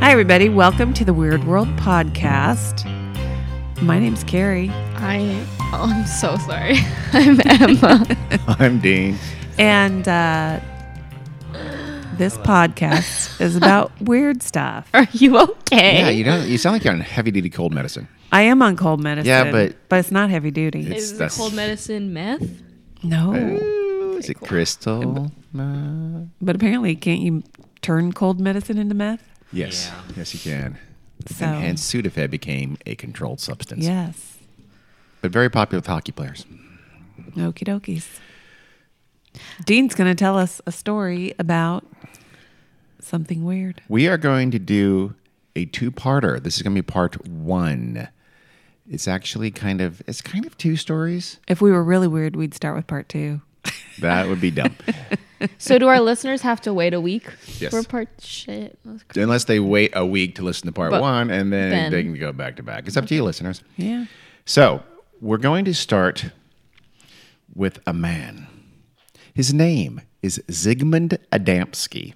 Hi, everybody. Welcome to the Weird World Podcast. My name's Carrie, I oh, I'm so sorry. I'm Emma. I'm Dean. and uh, this podcast is about weird stuff. Are you okay? Yeah, you don't. You sound like you're on heavy duty cold medicine. I am on cold medicine. Yeah, but- it's not heavy duty. It's- Is the that's- cold medicine meth? no, Ooh, is it crystal? meth? but apparently, can't you turn cold medicine into meth? Yes, yes, you can. So And, and Sudafed became a controlled substance. yes, but very popular with hockey players. okie dokies. Dean's going to tell us a story about something weird. We are going to do a two-parter. This is going to be part one. It's actually kind of it's kind of two stories. If we were really weird, we'd start with part two. That would be dumb, So do our listeners have to wait a week Yes. for part shit? That's crazy. unless they wait a week to listen to part But one and then, then- they can go back to back. It's up to you, listeners. Yeah. So we're going to start with a man. His name is Zygmunt Adamski.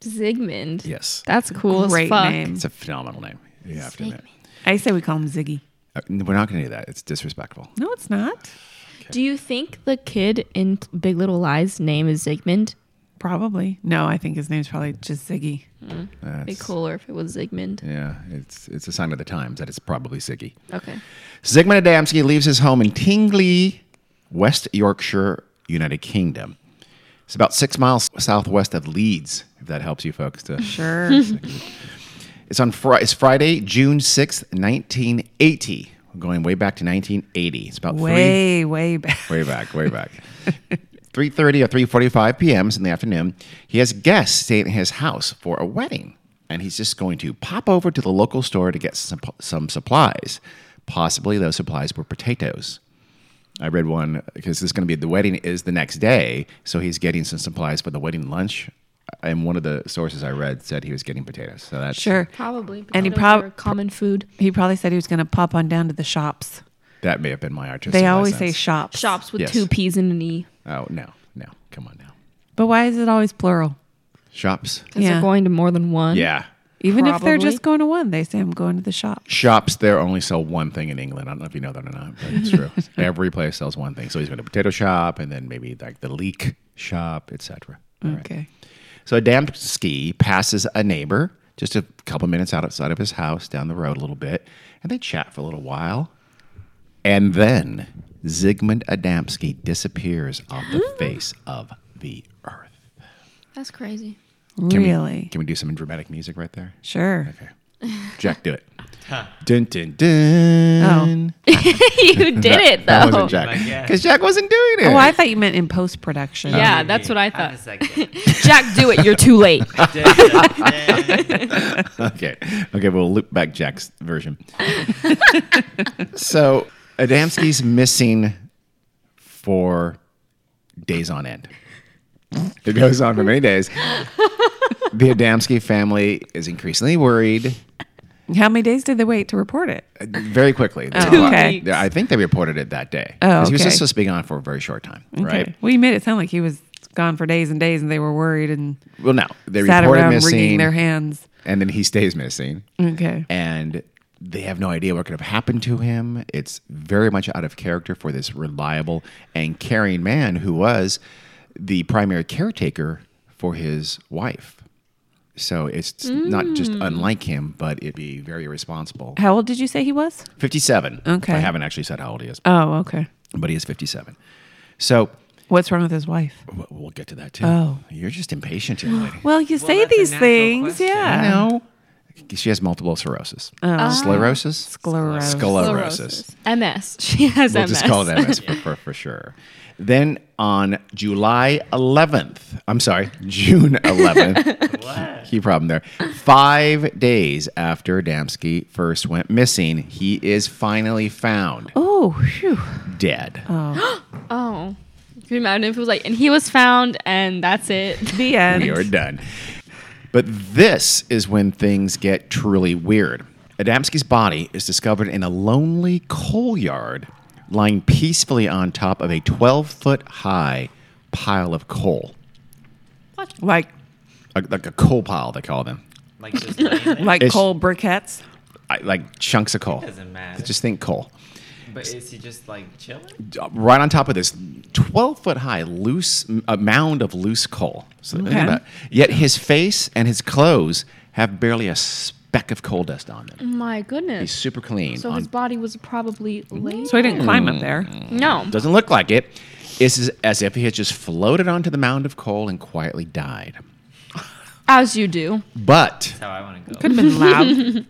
Zygmunt. Yes. That's cool Great as fuck. name. It's a phenomenal name. You have to admit. I say we call him Ziggy. Uh, We're not going to do that. It's disrespectful. No, it's not. Do you think the kid in Big Little Lies name is Zygmunt? Probably. No, I think his name's probably just Ziggy. That's- Be cooler if it was Zygmunt. Yeah, it's it's a sign of the times that it's probably Ziggy. Okay. Zygmunt Adamski leaves his home in Tingley, West Yorkshire, United Kingdom. It's about six miles southwest of Leeds, if that helps you folks to Sure. It's on Fri it's Friday, June sixth, nineteen eighty. We're going way back to nineteen eighty. It's about way, way back. three way back, way back. three thirty or three forty five p.m. in the afternoon. He has guests staying at his house for a wedding, and he's just going to pop over to the local store to get some some supplies. Possibly those supplies were potatoes. I read one because this is going to be the wedding is the next day, so he's getting some supplies for the wedding lunch. And one of the sources I read said he was getting potatoes. So that's Sure. Probably. And he potatoes prob- are common food. He probably said he was going to pop on down to the shops. That may have been my artistic. They always say license. shops. Shops with Yes. two P's and an E. Oh no, no, come on now. But why is it always plural? Shops. Because Yeah. they're going to more than one. Yeah, Even if they're Probably. just going to one, they say I'm going to the shop. shops. There only sell one thing in England. I don't know if you know that or not, but it's true. Every place sells one thing. So he's going to potato shop, and then maybe like the leek shop, etc. Okay. So Adamski passes a neighbor just a couple minutes outside of his house, down the road a little bit, and they chat for a little while, and then Zygmunt Adamski disappears off the face of the earth. That's crazy. Can we- really? can we do some dramatic music right there? sure. Okay. Jack, do it. Dun, dun, dun. Oh. you did it though. That wasn't Jack. My God. Because Jack wasn't doing it. Oh, I thought you meant in post production. Yeah, Maybe. that's what I Half a thought. second. Jack, do it. You're too late. okay. Okay, we'll loop back Jack's version. so Adamski's missing for days on end. It goes on for many days. The Adamski family is increasingly worried uh, How many days did they wait to report it? very quickly. Oh, okay. Yeah, I think they reported it that day. Oh, 'Cause He was okay. just supposed to be gone for a very short time, right? Okay. Well, you made it sound like he was gone for days and days and they were worried and Well, no, they sat reported around missing, Mm. wringing their hands. and then he stays missing, Okay. and they have no idea what could have happened to him. It's very much out of character for this reliable and caring man who was the primary caretaker for his wife. So it's not just Mm. unlike him, but it'd be very irresponsible. How old did you say he was? Fifty-seven. Okay. I haven't actually said how old he is, Oh, okay. but he is fifty-seven. So What's wrong with his wife? w- we'll get to that too. Oh. You're just impatient, young lady. Well, you say that's a these natural things, question. yeah. I know. She has multiple sclerosis. Sclerosis? Uh, Sclerosis. Sclerosis. MS. She has We'll MS. just call it MS for, for, for sure. Then on July 11th, I'm sorry, June 11th, What? key problem there. Five days after Adamski first went missing, he is finally found Oh, phew. dead. Oh. Could you imagine if it was like, and he was found, and that's it. The end. we are done. But this is when things get truly weird. Adamski's body is discovered in a lonely coal yard, lying peacefully on top of a 12 foot high pile of coal, Like, like, like a coal pile, they call them. Like just laying there. Like It's- coal briquettes. I, like chunks of coal. Doesn't matter. Just think coal. but is he just like chilling? right on top of this 12 foot high loose a mound of loose coal so think Okay. about it. yet his face and his clothes have barely a speck of coal dust on them My he's goodness. super clean Mm-hmm. So on- Mm. his body was probably laid. So he didn't climb Hmm. up there. No. doesn't look like it it's as- as if he had just floated onto the mound of coal and quietly died As you do. but That's how I want to go. Could have been loud.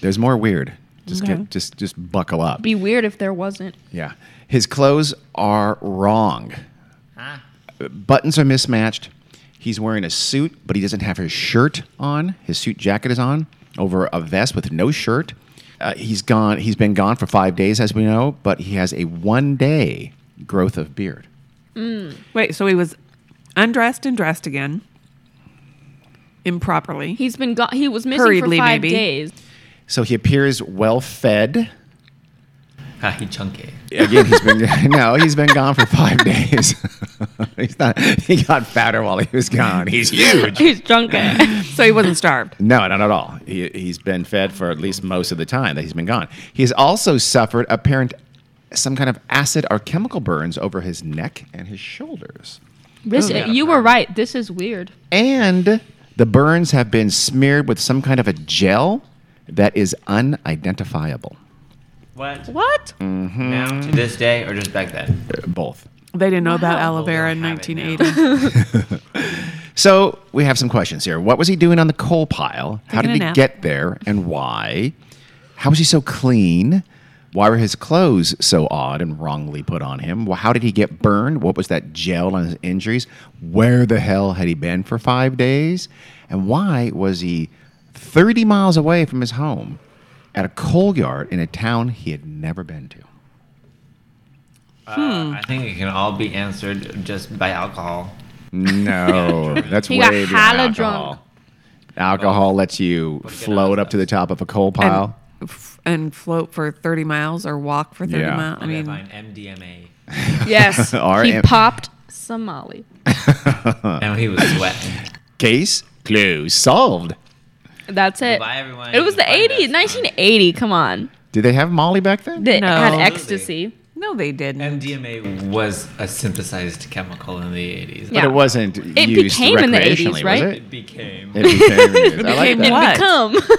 there's more weird just Okay. get just just buckle up Be weird if there wasn't. yeah his clothes are wrong Ah. buttons are mismatched. He's wearing a suit, but he doesn't have his shirt on. His suit jacket is on over a vest with no shirt. Uh, he's gone. He's been gone for five days, as we know, but he has a one-day growth of beard. Wait, so he was undressed and dressed again improperly. He's been gone. He was missing Hurriedly, for five maybe. days. So he appears well-fed. Ah, he chunky. Again, he's been no, he's been gone for five days. he's not. He got fatter while he was gone. He's huge. He's drunken. so he wasn't starved. No, not at all. He, he's been fed for at least most of the time that he's been gone. He's also suffered apparent some kind of acid or chemical burns over his neck and his shoulders. this, you were right. This is weird. And the burns have been smeared with some kind of a gel that is unidentifiable. What? What? Now to this day or just back then? Uh, Both. They didn't know about Wow. aloe vera in Well, they don't have it 1980. So we have some questions here. What was he doing on the coal pile? Taking How did a he nap. get there and why? How was he so clean? Why were his clothes so odd and wrongly put on him? Wh- How did he get burned? What was that gel on his injuries? Where the hell had he been for five days? And why was he 30 miles away from his home at a coal yard in a town he had never been to? Hmm. Uh, I think it can all be answered just by alcohol. No, that's He way got beyond hella alcohol. drunk. Alcohol lets you But get float out up to the top of a coal pile. and, f- and float for 30 miles or walk for 30 Yeah. miles. I Okay, mean, fine. MDMA. Yes. All he right. popped Somali. uh, and he was sweating. Case closed. Solved. That's it. Goodbye, everyone. It was the Find us 80s, on- 1980. Come on. Did they have Molly back then? That No. had Absolutely. ecstasy. no, they didn't. MDMA was a synthesized chemical in the 80s. but Yeah. it wasn't It used became in the 80s, recreationally, was right? it? It became. It became used. I became like that. what? And become.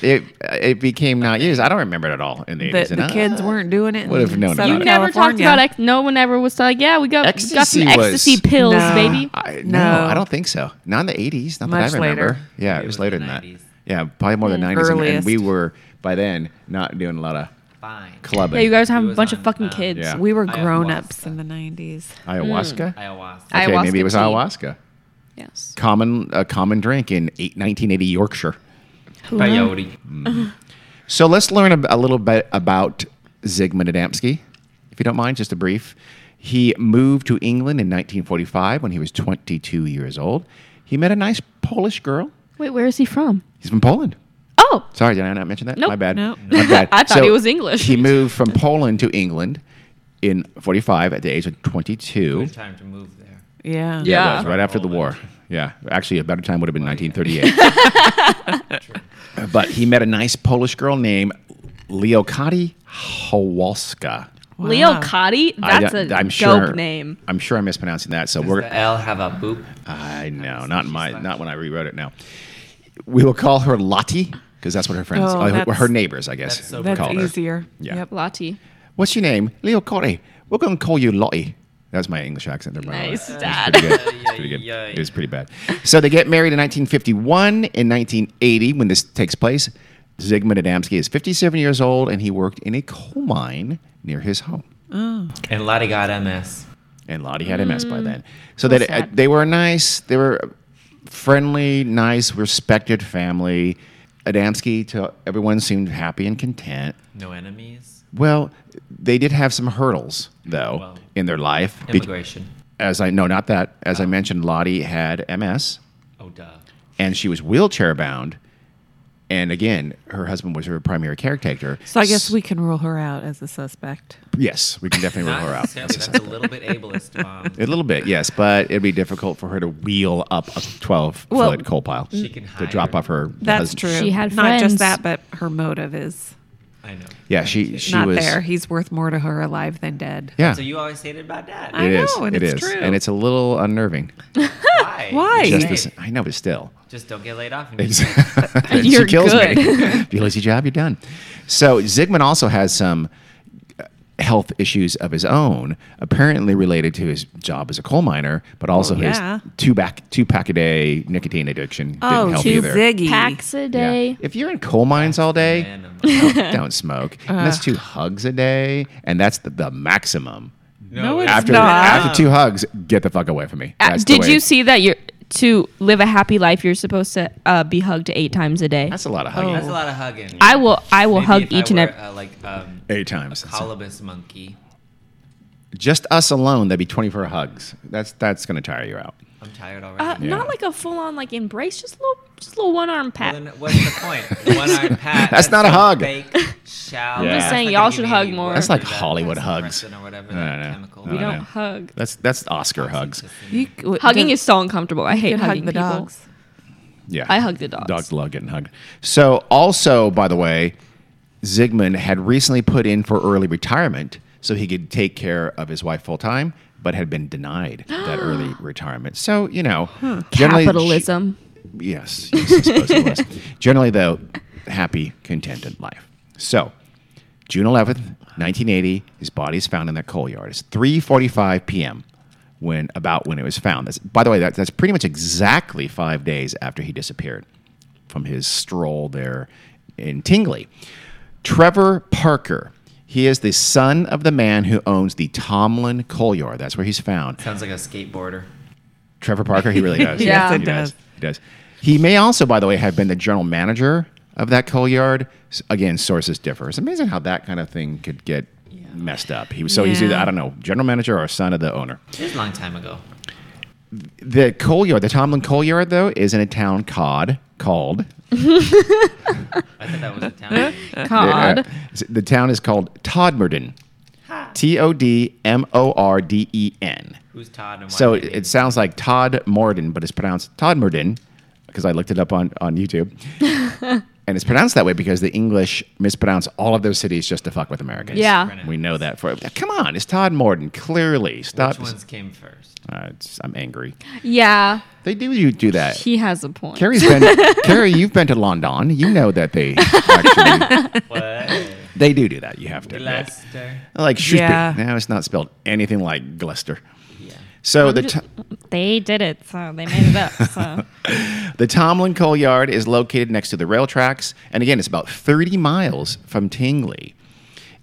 It, it became not used. I don't remember it at all in the 80s. That and the I- kids weren't doing it. in Would've known Southern you about it. never talked California. about ex- no one ever was like, yeah, we got, we got Ecstasy some was- ecstasy pills, No. baby. I, no, No. I don't think so. Not in the 80s. Not Much that I remember. later. Yeah, it, It was was later the than that. 90s. Yeah, probably Mm, more than 90s. and- And, Earliest. we were, by then, not doing a lot of Fine. clubbing. Yeah, you guys have He a was bunch on, of fucking um, kids. Yeah. We were Ayahuasca. grown ups in the 90s. Ayahuasca? Ayahuasca. I- okay, maybe it Ayahuasca was tea. ayahuasca. Yes. Common, a common drink in eight, 1980 Yorkshire. Peyote. Mm-hmm. So let's learn a, a little bit about Zygmunt Adamski, if you don't mind, just a brief. He moved to England in 1945 when he was 22 years old. He met a nice Polish girl. Wait, where is he from? He's from Poland. Oh, Sorry, did I not mention that? Nope. My bad. No. My bad. I thought he was English. He moved from Poland to England in 45 at the age of 22. Good time to move there. Yeah. Yeah. It was right after the war. Poland. Yeah. Actually, a better time would have been 1938. but he met a nice Polish girl named Leokati Hawalska. Wow. Leo Cotti? That's a dope name. I'm sure I'm mispronouncing that. So Does we're. the L have a boop? I know, Does not she my, slash? not when I rewrote it. Now, we will call her Lottie because that's what her friends, Oh, uh, her, that's- her neighbors, I guess, that's so would That's call her. easier. Yeah. Yep. Lottie. What's your name? Leo Corey. We're going to call you Lottie. That was my English accent there, by Nice, the way. It was Dad. pretty good. It was pretty good. It was pretty bad. So they get married in 1951. In 1980, when this takes place, Zygmunt Adamski is 57 years old and he worked in a coal mine near his home. And Lottie got MS. And Lottie had MS by then. So So that uh, Mm. sad. they were nice, they were friendly, nice, respected family. Adamski to everyone seemed happy and content. No enemies. Well, they did have some hurdles though Well, in their life. Be- Immigration. as I no, not that. As I mentioned, Lottie had MS Oh, duh. and she was wheelchair bound, And again, her husband was her primary caretaker. So I guess we can rule her out as a suspect. yes, we can definitely rule Not her out. necessarily. That's a little bit ableist, mom. A little bit, yes, but it'd be difficult for her to wheel up a 12 Well, foot coal pile She can hide to drop her- off her. That's husband. true. She had not just friends. that, but her motive is I know. Yeah, she she not was there. He's worth more to her alive than dead. Yeah, So you always hated my dad. I it is. know, and it it's is. true. and it's a little unnerving. Why? Why? Just Right. this, I know, but still, Just don't get laid off. And It's- you- she You're kills good. me. if you lose your job, you're done. So Zygmunt also has some uh, health issues of his own, apparently related to his job as a coal miner, but Oh, also Well, yeah. his two back two pack a day nicotine addiction Oh, didn't help two either. Ziggy. Packs a Yeah. day. If you're in coal mines all day, Man, I'm like, don't, don't smoke. And that's two hugs a day, and that's the, the maximum. No, it's After not. after two hugs, get the fuck away from me. Uh, That's the did way- you see that you're to live a happy life you're supposed to uh, be hugged eight times a day That's a lot of Oh. hugging. That's a lot of hugging. i will i will Maybe hug if I each and were, every uh, like um, Eight times. colobus monkey. Just us alone, that'd be 24 hugs. That's that's gonna tire you out. I'm tired already. uh, Yeah. not like a full-on like embrace just a little just a little one-arm Well, pat then what's the point? One arm pat. That's not a some hug. Fake shout. I'm just That's saying y'all not gonna give should me hug any more. work That's like for that Hollywood hugs. suppressant Or whatever, No, that no, no. chemical. We we I don't know. hug That's that's Oscar hugs. You c- w- hugging do- is so uncomfortable i hate you can hugging hug the people. dogs. Yeah, I hug the dogs. Dogs love getting hugged. So also, by the way, Zygmunt had recently put in for early retirement so he could take care of his wife full time, but had been denied that early retirement. So you know, generally- capitalism Yes, yes, I suppose it was. Generally, though, happy, contented life. So, June 11th, 1980, his body is found in that coal yard. It's 3:45 p.m. when about when it was found. That's, by the way, that, that's pretty much exactly five days after he disappeared from his stroll there in Tingley. Trevor Parker. He is the son of the man who owns the Tomlin coal yard. That's where he's found. Sounds like a skateboarder. Trevor Parker, he really does. Yes, he it does. He does. He may also, by the way, have been the general manager of that coal yard. S- Again, sources differ. It's amazing how that kind of thing could get messed up. He was so he's Yeah. either I don't know, general manager or son of the owner. It was a long time ago. The coal yard, the Tomlin coal yard, though, is in a town cod called I thought that was a town. god Uh, s- the town is called Todmorden. T O D M O R D E N. Who's Todd and why So did it, he- it sounds like Todd Morden, but it's pronounced Todd Morden because I looked it up on, on YouTube. and it's pronounced that way because the English mispronounce all of those cities just to fuck with Americans. Yeah. We know that for Come on, it's Todd Morden. Clearly. Stop. Which ones came first? Uh, it's- I'm angry. yeah They do you do that. he has a point Carrie's been Carrie, you've been to London. You know that they actually What? they do do that. You have to admit. Lester. Like Shrewsbury. Yeah. Now it's not spelled anything like Gloucester. Yeah. So the t- they did it so they made it up so The Tomlin Coal Yard is located next to the rail tracks, and again, it's about 30 miles from Tingley.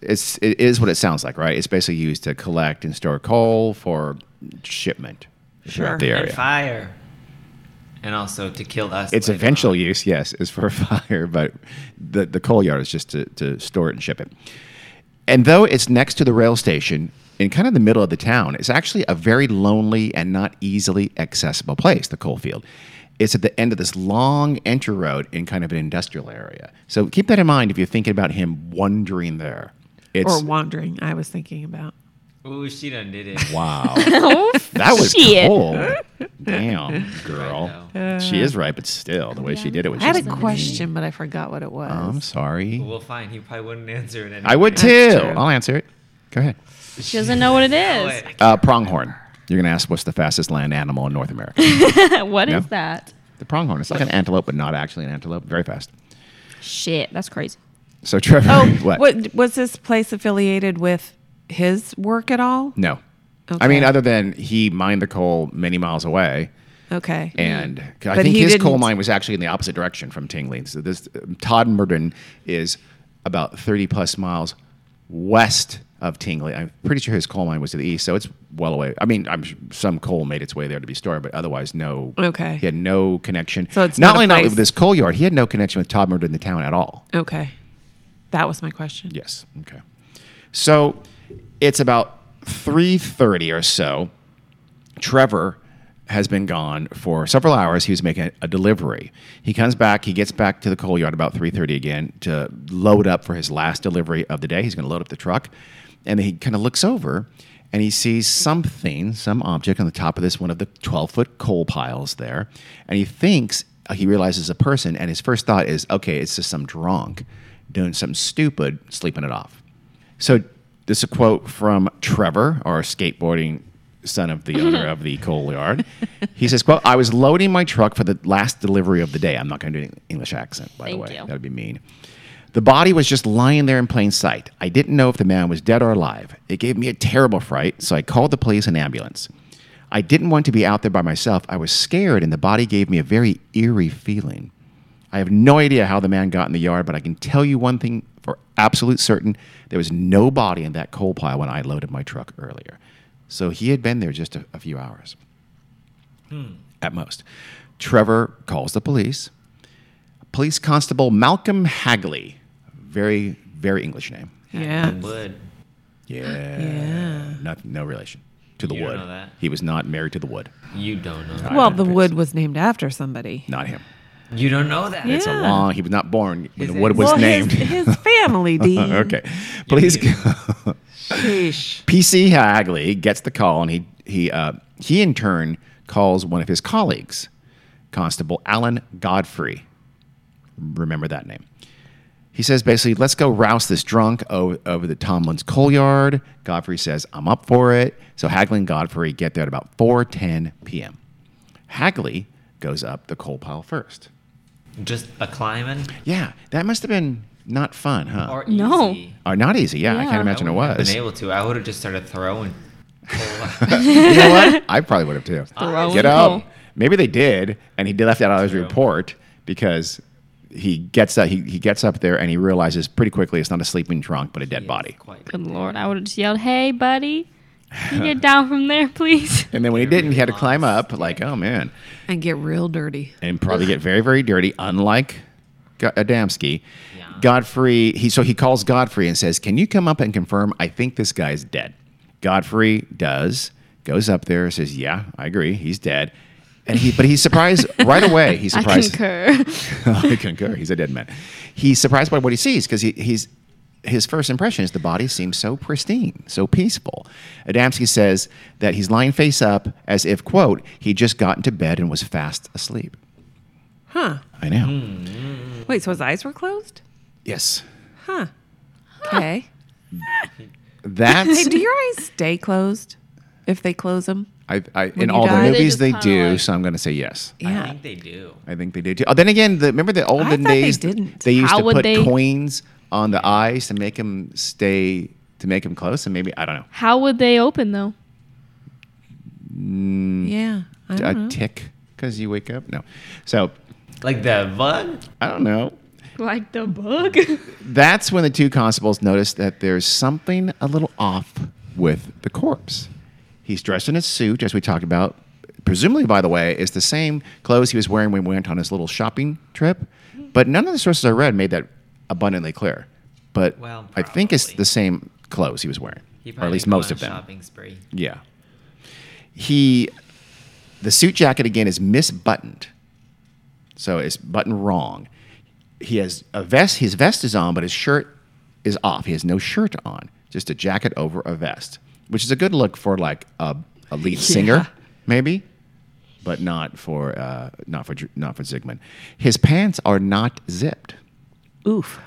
It's it is what it sounds like, right? It's basically used to collect and store coal for shipment throughout Sure. the And area. fire. And also to kill us. Its later eventual on. use, yes, is for fire, but the the coal yard is just to, to store it and ship it. And though it's next to the rail station, in kind of the middle of the town, it's actually a very lonely and not easily accessible place, the coal field. It's at the end of this long entry road in kind of an industrial area. So keep that in mind if you're thinking about him wandering there. It's Or wandering, I was thinking about. uh, Ooh, she done did it. wow. Oh, That was shit. cold. Damn, girl. Right, she is right, but still, the way she did it was I had just a question, but I forgot what it was. Oh, I'm sorry. Well, fine. He probably wouldn't answer it. Anyway. I would too. That's true. I'll answer it. Go ahead. she doesn't know what it is Wait, Uh, pronghorn. You're going to ask what's the fastest land animal in North America? what is No. that the pronghorn. It's like an antelope, but not actually an antelope. Very fast. shit that's crazy So, Trevor, Oh, what? what? was this place affiliated with his work at all? No. I Okay. mean, other than he mined the coal many miles away, Okay. and 'cause I Mm. But think he his didn't- coal mine was actually in the opposite direction from Tingley. So, this um, Todd Murden is about 30 plus miles west of Tingley. I'm pretty sure his coal mine was to the east, so it's well away. I mean, I'm sure some coal made its way there to be stored, but otherwise, no. Okay. He had no connection. So it's not not a only not place- with this coal yard, he had no connection with Todd Murden in the town at all. Okay. That was my question. Yes. Okay. So it's about 3:30 or so. Trevor has been gone for several hours. He was making a delivery. He comes back. He gets back to the coal yard about 3:30 again to load up for his last delivery of the day. He's going to load up the truck, and he kind of looks over and he sees something, some object on the top of this one of the 12-foot coal piles there, and he thinks uh, he realizes a person. And his first thought is, okay, it's just some drunk doing something stupid, sleeping it off. So this is a quote from Trevor, our skateboarding son of the owner of the coal yard. He says, quote, I was loading my truck for the last delivery of the day. I'm not going to do an English accent, by Thank the way. you. That would be mean. The body was just lying there in plain sight. I didn't know if the man was dead or alive. It gave me a terrible fright, so I called the police and ambulance. I didn't want to be out there by myself. I was scared, and the body gave me a very eerie feeling. I have no idea how the man got in the yard, but I can tell you one thing for absolute certain there was no body in that coal pile when I loaded my truck earlier. So he had been there just a, a few hours at most. Trevor calls the police. Police Constable Malcolm Hagley, very, very English name. Yeah. The wood. Yeah. Not, no relation to the You don't wood. know that? He was not married to the wood. You don't know. That. Well, the wood was named after somebody. Not him. You don't know that. It's a Yeah. Long, he was not born when Is the it- wood was well, named. His, his family, Dean. okay. Police. Sheesh. PC Hagley gets the call, and he he uh, he in turn calls one of his colleagues, Constable Alan Godfrey. Remember that name. He says basically, let's go rouse this drunk over, over the Tomlin's coal yard. Godfrey says, I'm up for it. So Hagley and Godfrey get there at about 4:10 p.m. Hagley goes up the coal pile first. Just a climbing Yeah, that must have been not fun, huh? or Or, No. easy. not easy. Yeah, Yeah. I can't Uh, imagine I it wouldn't have was. Been able to. I would have just started throwing. you know what? I probably would have too. Throwing Get coal. up. Maybe they did, and he did left that out of his True. report because he gets up. He, he gets up there and he realizes pretty quickly it's not a sleeping drunk, but a dead body. Quite. Good lord, I would have just yelled, "Hey, buddy, can you get down from there, please?" And then when he didn't, he had to Lost. climb up. Like, oh man, And get real dirty. and probably get very very dirty. Unlike Go- Adamski, Yeah. Godfrey. He so he calls Godfrey and says, "Can you come up and confirm? I think this guy's dead." Godfrey does. Goes up there says, "Yeah, I agree. He's dead." And he, but he's surprised right away. He's I surprised. concur. I concur. He's a dead man. He's surprised by what he sees because he, he's his first impression is the body seems so pristine, so peaceful. Adamski says that he's lying face up as if, quote, he just got into bed and was fast asleep. Huh. I know. Wait, so his eyes were closed? Yes. Huh. Okay. Hey, That's do your eyes stay closed if they close them? I, I, in you all die, the they movies just they, kinda do, like- so I'm going to say yes. I think they do. I think they do too. Oh, then again, the, remember the olden thought they days? didn't. they used How to would put they- coins on the eyes to make them stay, to make them close, and maybe I don't know. How would they open though? Mm. Yeah. I a don't know. tick because you wake up? No. So Like the bug. I don't know. Like the bug? That's when the two constables notice that there's something a little off with the corpse. He's dressed in a suit, as we talked about. Presumably, by the way, is the same clothes he was wearing when we went on his little shopping trip. But none of the sources I read made that abundantly clear. But Well, I think it's probably. the same clothes he was wearing, He or at probably least went most on of a them. Shopping spree. Yeah. He, the suit jacket again is misbuttoned, so it's buttoned wrong. He has a vest. His vest is on, but his shirt is off. He has no shirt on, just a jacket over a vest, which is a good look for like a, a lead singer, maybe, but not for uh, not for Dr- not for Zygmunt. His pants are not zipped. Oof.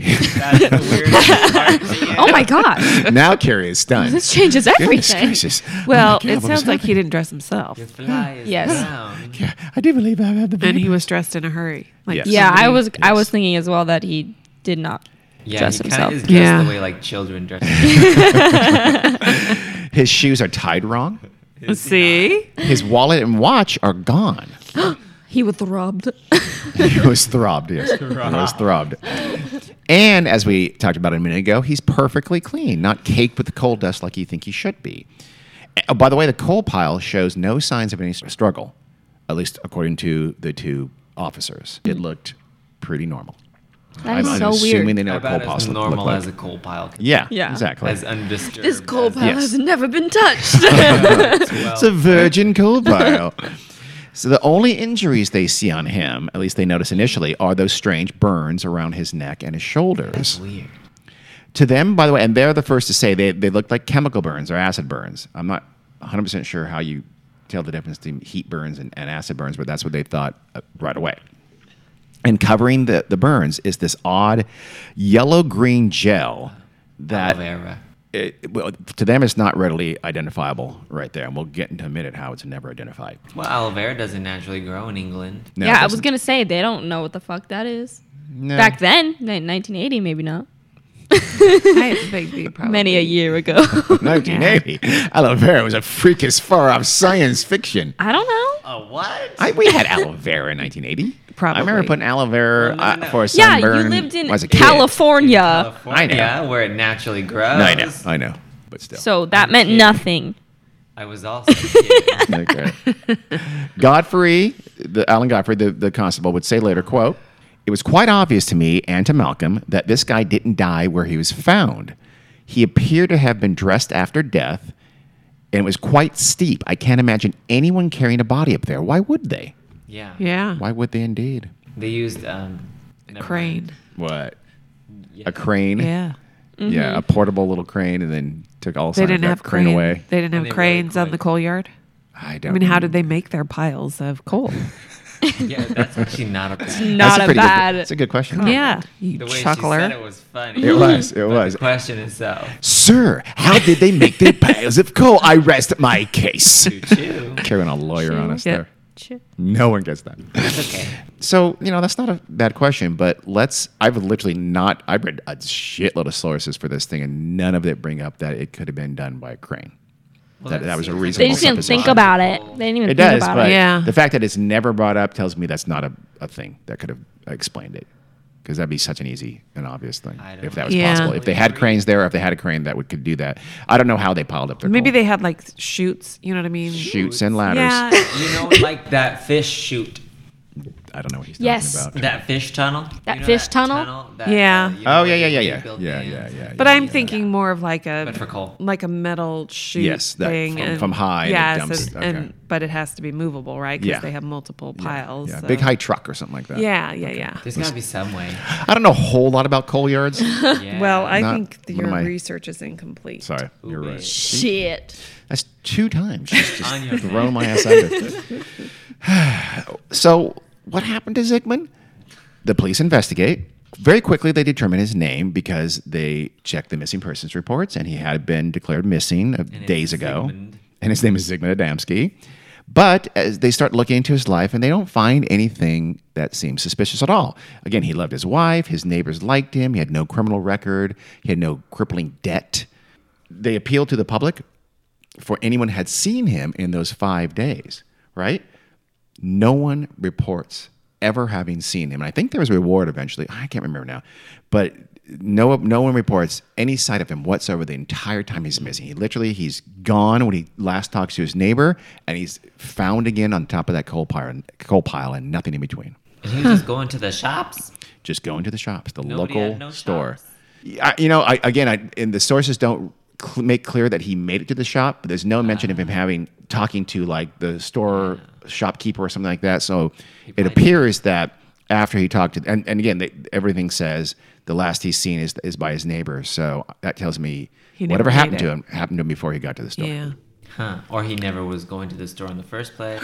That's the weirdest part. to you. oh my gosh, now Carrie is stunned. this changes Goodness everything. gracious. Oh my Well, God, it what is sounds like he happening? didn't dress himself. Your fly is Yes. down. Yeah, I do believe I have the. And he vapors. was dressed in a hurry. Like Yes. Yeah, I somebody- was I Yes. was thinking as well that he did not Yeah, dress he himself. kind of is dressed Yeah. the way like children dress. His shoes are tied wrong. See? His wallet and watch are gone. He was robbed. He was throbbed, yes. He was throbbed. And as we talked about a minute ago, he's perfectly clean, not caked with coal dust like you think he should be. Oh, by the way, the coal pile shows no signs of any struggle, at least according to the two officers. It looked pretty normal. Hmm. That is I'm, so I'm assuming weird. they know what coal about piles as look, normal look like. as a coal pile can yeah, Yeah. exactly. As undisturbed. This coal as- pile Yes. has never been touched. It's a virgin coal pile. so the only injuries they see on him, at least they notice initially, are those strange burns around his neck and his shoulders. Weird. To them, by the way, and they're the first to say they, they look like chemical burns or acid burns. I'm not 100% sure how you tell the difference between heat burns and, and acid burns, but that's what they thought uh, right away. And covering the, the burns is this odd yellow green gel that Aloe vera. it, well, to them it's not readily identifiable right there. And we'll get into a minute how it's never identified. Well, aloe vera doesn't naturally grow in England. No, yeah, it I was doesn't. gonna say they don't know what the fuck that is. No. Back then, in 1980, maybe not. I, they'd be probably. Many a year ago. 1980. Aloe vera was a freakish far off science fiction. I don't know. Oh, what? I, we had aloe vera in 1980. I remember Probably. putting aloe vera No, uh, no, no. for a Yeah, sunburn. you lived in when I was a kid. California. California, I know. where it naturally grows. No, I know, I know, but still. So that meant kidding. nothing. I was also. kidding. Okay. Godfrey, the Alan Godfrey, the, the constable, would say later, quote, It was quite obvious to me and to Malcolm that this guy didn't die where he was found. He appeared to have been dressed after death, and it was quite steep. I can't imagine anyone carrying a body up there. Why would they? yeah. Yeah. Why would they indeed? They used um. never Crane. What? mind. Yeah. A crane? Yeah. Mm-hmm. Yeah, a portable little crane, and then took all They sign of didn't that have crane crane. away. They didn't have they really cranes on quit. the coal yard. I I don't mean, how did they make their piles of coal? Yeah, that's actually not a bad. That's Not a, pretty good- bad. That's a good question. yeah. You The way she said it chuckler. was funny. It was. It But was. The question itself. Sir, how did they make their piles of coal? I rest my case. Choo choo. Carrying a lawyer on us Yeah. there. Shit. No one gets that. It's okay. So, you know, that's not a bad question, but let's. I've literally not. I've read a shitload of sources for this thing, and none of it bring up that it could have been done by a crane. Well, That- that was a seems reasonable They just didn't think supposition. about it. They Mm, didn't even It think does, about but it. Yeah. the fact that it's never brought up tells me that's not a, a thing that could have explained it. Because that'd be such an easy and obvious thing I don't if that was Yeah. possible. If they had cranes there, if they had a crane that would could do that. I don't know how they piled up their Maybe coal. they had like chutes. You know what I mean? shoots and ladders. Yeah. You know, like that fish shoot, I don't know what he's Yes. talking about. that fish tunnel. That You know fish tunnel? that, uh, Yeah. you Oh, yeah, where yeah, they- yeah, they yeah. build Yeah, yeah, dams. yeah, But yeah. I'm thinking more of like a But for coal. like a metal chute Yes, that thing from- and, from high and it Yeah, dumps- so- okay. and but it has to be movable, right? Because Yeah. they have multiple piles. Yeah, so- big high truck or something like that. Yeah, yeah, yeah. There's gotta be some way. I don't know a whole lot about coal yards. Yeah. Well, I Not- think that what your am I- research is incomplete. Sorry, you're Ooh, right. Shit. That's two times she's On just your thrown my ass out. of- so what happened to Zygmunt? The police investigate. Very quickly, they determine his name because they check the missing persons reports, and he had been declared missing uh, it's days ago. Zygmunt. And his name is Zygmunt Adamski. But as they start looking into his life, and they don't find anything that seems suspicious at all. Again, he loved his wife. His neighbors liked him. He had no criminal record. He had no crippling debt. They appealed to the public for anyone had seen him in those five days, right? No one reports ever having seen him. And I think there was a reward eventually. I can't remember now. But no, no one reports any sight of him whatsoever the entire time he's missing. He literally, he's gone when he last talks to his neighbor, and he's found again on top of that coal pile, coal pile and nothing in between. And he was just going to the shops. Just going to the shops, the Nobody had local no store. shops. I, you know, I, again, I, and the sources don't cl- make clear that he made it to the shop, but there's no mention Ah. of him having talking to like the store shopkeeper or something like that. So it appears that after he talked to, and, and again, they, everything says the last he's seen is is by his neighbor. So that tells me He never whatever made happened to it. him happened to him before he got to the store. Yeah. Huh. Or he never was going to the store in the first place.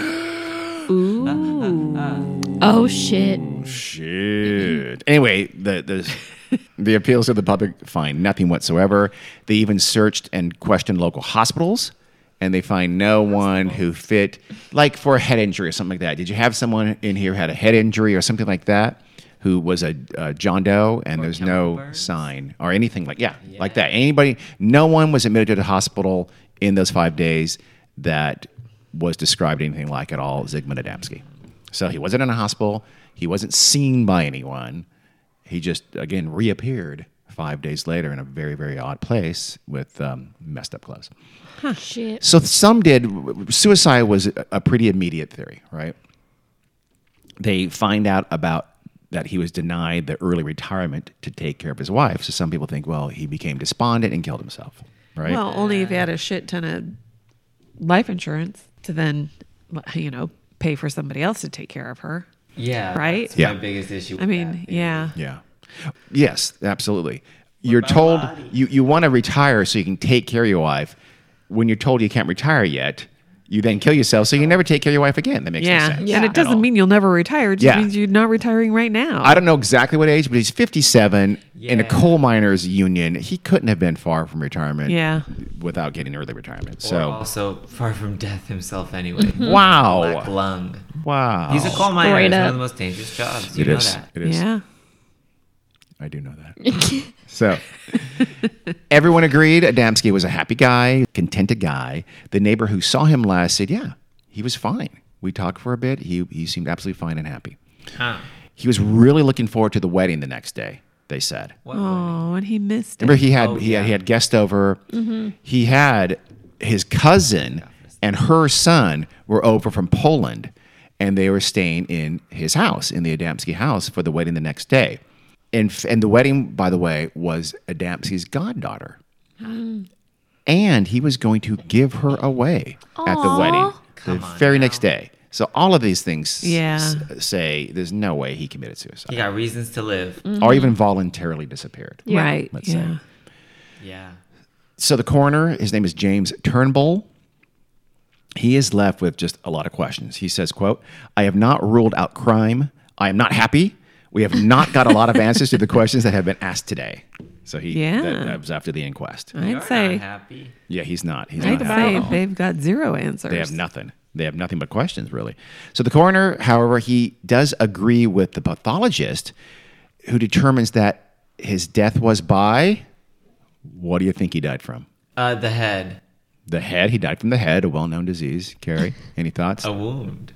Oh shit. Shit. Anyway, the the the appeals of the public find nothing whatsoever. They even searched and questioned local hospitals, and they find no one who fit, like for a head injury or something like that. Did you have someone in here who had a head injury or something like that? Who was a uh, John Doe, and there's no chemical burns? sign or anything like yeah, like that. Anybody, no one was admitted to the hospital in those five days that was described anything like at all Zygmunt Adamski. So he wasn't in a hospital. He wasn't seen by anyone. He just again reappeared five days later in a very very odd place with um, messed up clothes. Shit. So some did. Suicide was a- a pretty immediate theory, right? They find out about that he was denied the early retirement to take care of his wife. So some people think, well, he became despondent and killed himself, right? Well, only if you had a shit ton of life insurance to then, you know, pay for somebody else to take care of her. Yeah. Right? That's my Yeah. biggest issue. I with that mean, being- yeah. yeah. Yes, absolutely. You're told you, you want to retire so you can take care of your wife. When you're told you can't retire yet, you then kill yourself so you never take care of your wife again. That makes no Yeah. sense. And Yeah. it At doesn't all. mean you'll never retire. It just Yeah. means you're not retiring right now. I don't know exactly what age, but he's 57 in a Yeah. coal miners union. He couldn't have been far from retirement Yeah. without getting early retirement. Or So, also far from death himself anyway. Black wow. lung. Wow. He's a coal miner. Straight It's one up. of the most dangerous jobs. You It know is. that. It is. yeah. I do know that. so everyone agreed Adamski was a happy guy, contented guy. The neighbor who saw him last said, Yeah, he was fine. We talked for a bit. He, he seemed absolutely fine and happy. Huh. He was really looking forward to the wedding the next day, they said. What Oh, and he missed it. Remember, he had Oh, he had yeah. he had guest over. He had his cousin and her son were over from Poland, and they were staying in his house in the Adamski house for the wedding the next day. And f- and the wedding, by the way, was Adamski's goddaughter, and he was going to give her away at the Aw. wedding the very next day. So all of these things s- Yeah. s- say there's no way he committed suicide He got reasons to live. or even voluntarily disappeared. Yeah. Right. Let's say. yeah. Yeah. So the coroner, his name is James Turnbull. He is left with just a lot of questions. He says, quote, I have not ruled out crime. I am not happy. We have not got a lot of answers to the questions that have been asked today. So he Yeah. that, that was after the inquest. I'd You're say not happy. Yeah, he's not. He's I'd not happy. say at all. they've got zero answers. They have nothing. They have nothing but questions, really. So the coroner, however, he does agree with the pathologist who determines that his death was by what do you think he died from? Uh, the head. The head. He died from the head, a well-known disease. Carrie, any thoughts? A wound.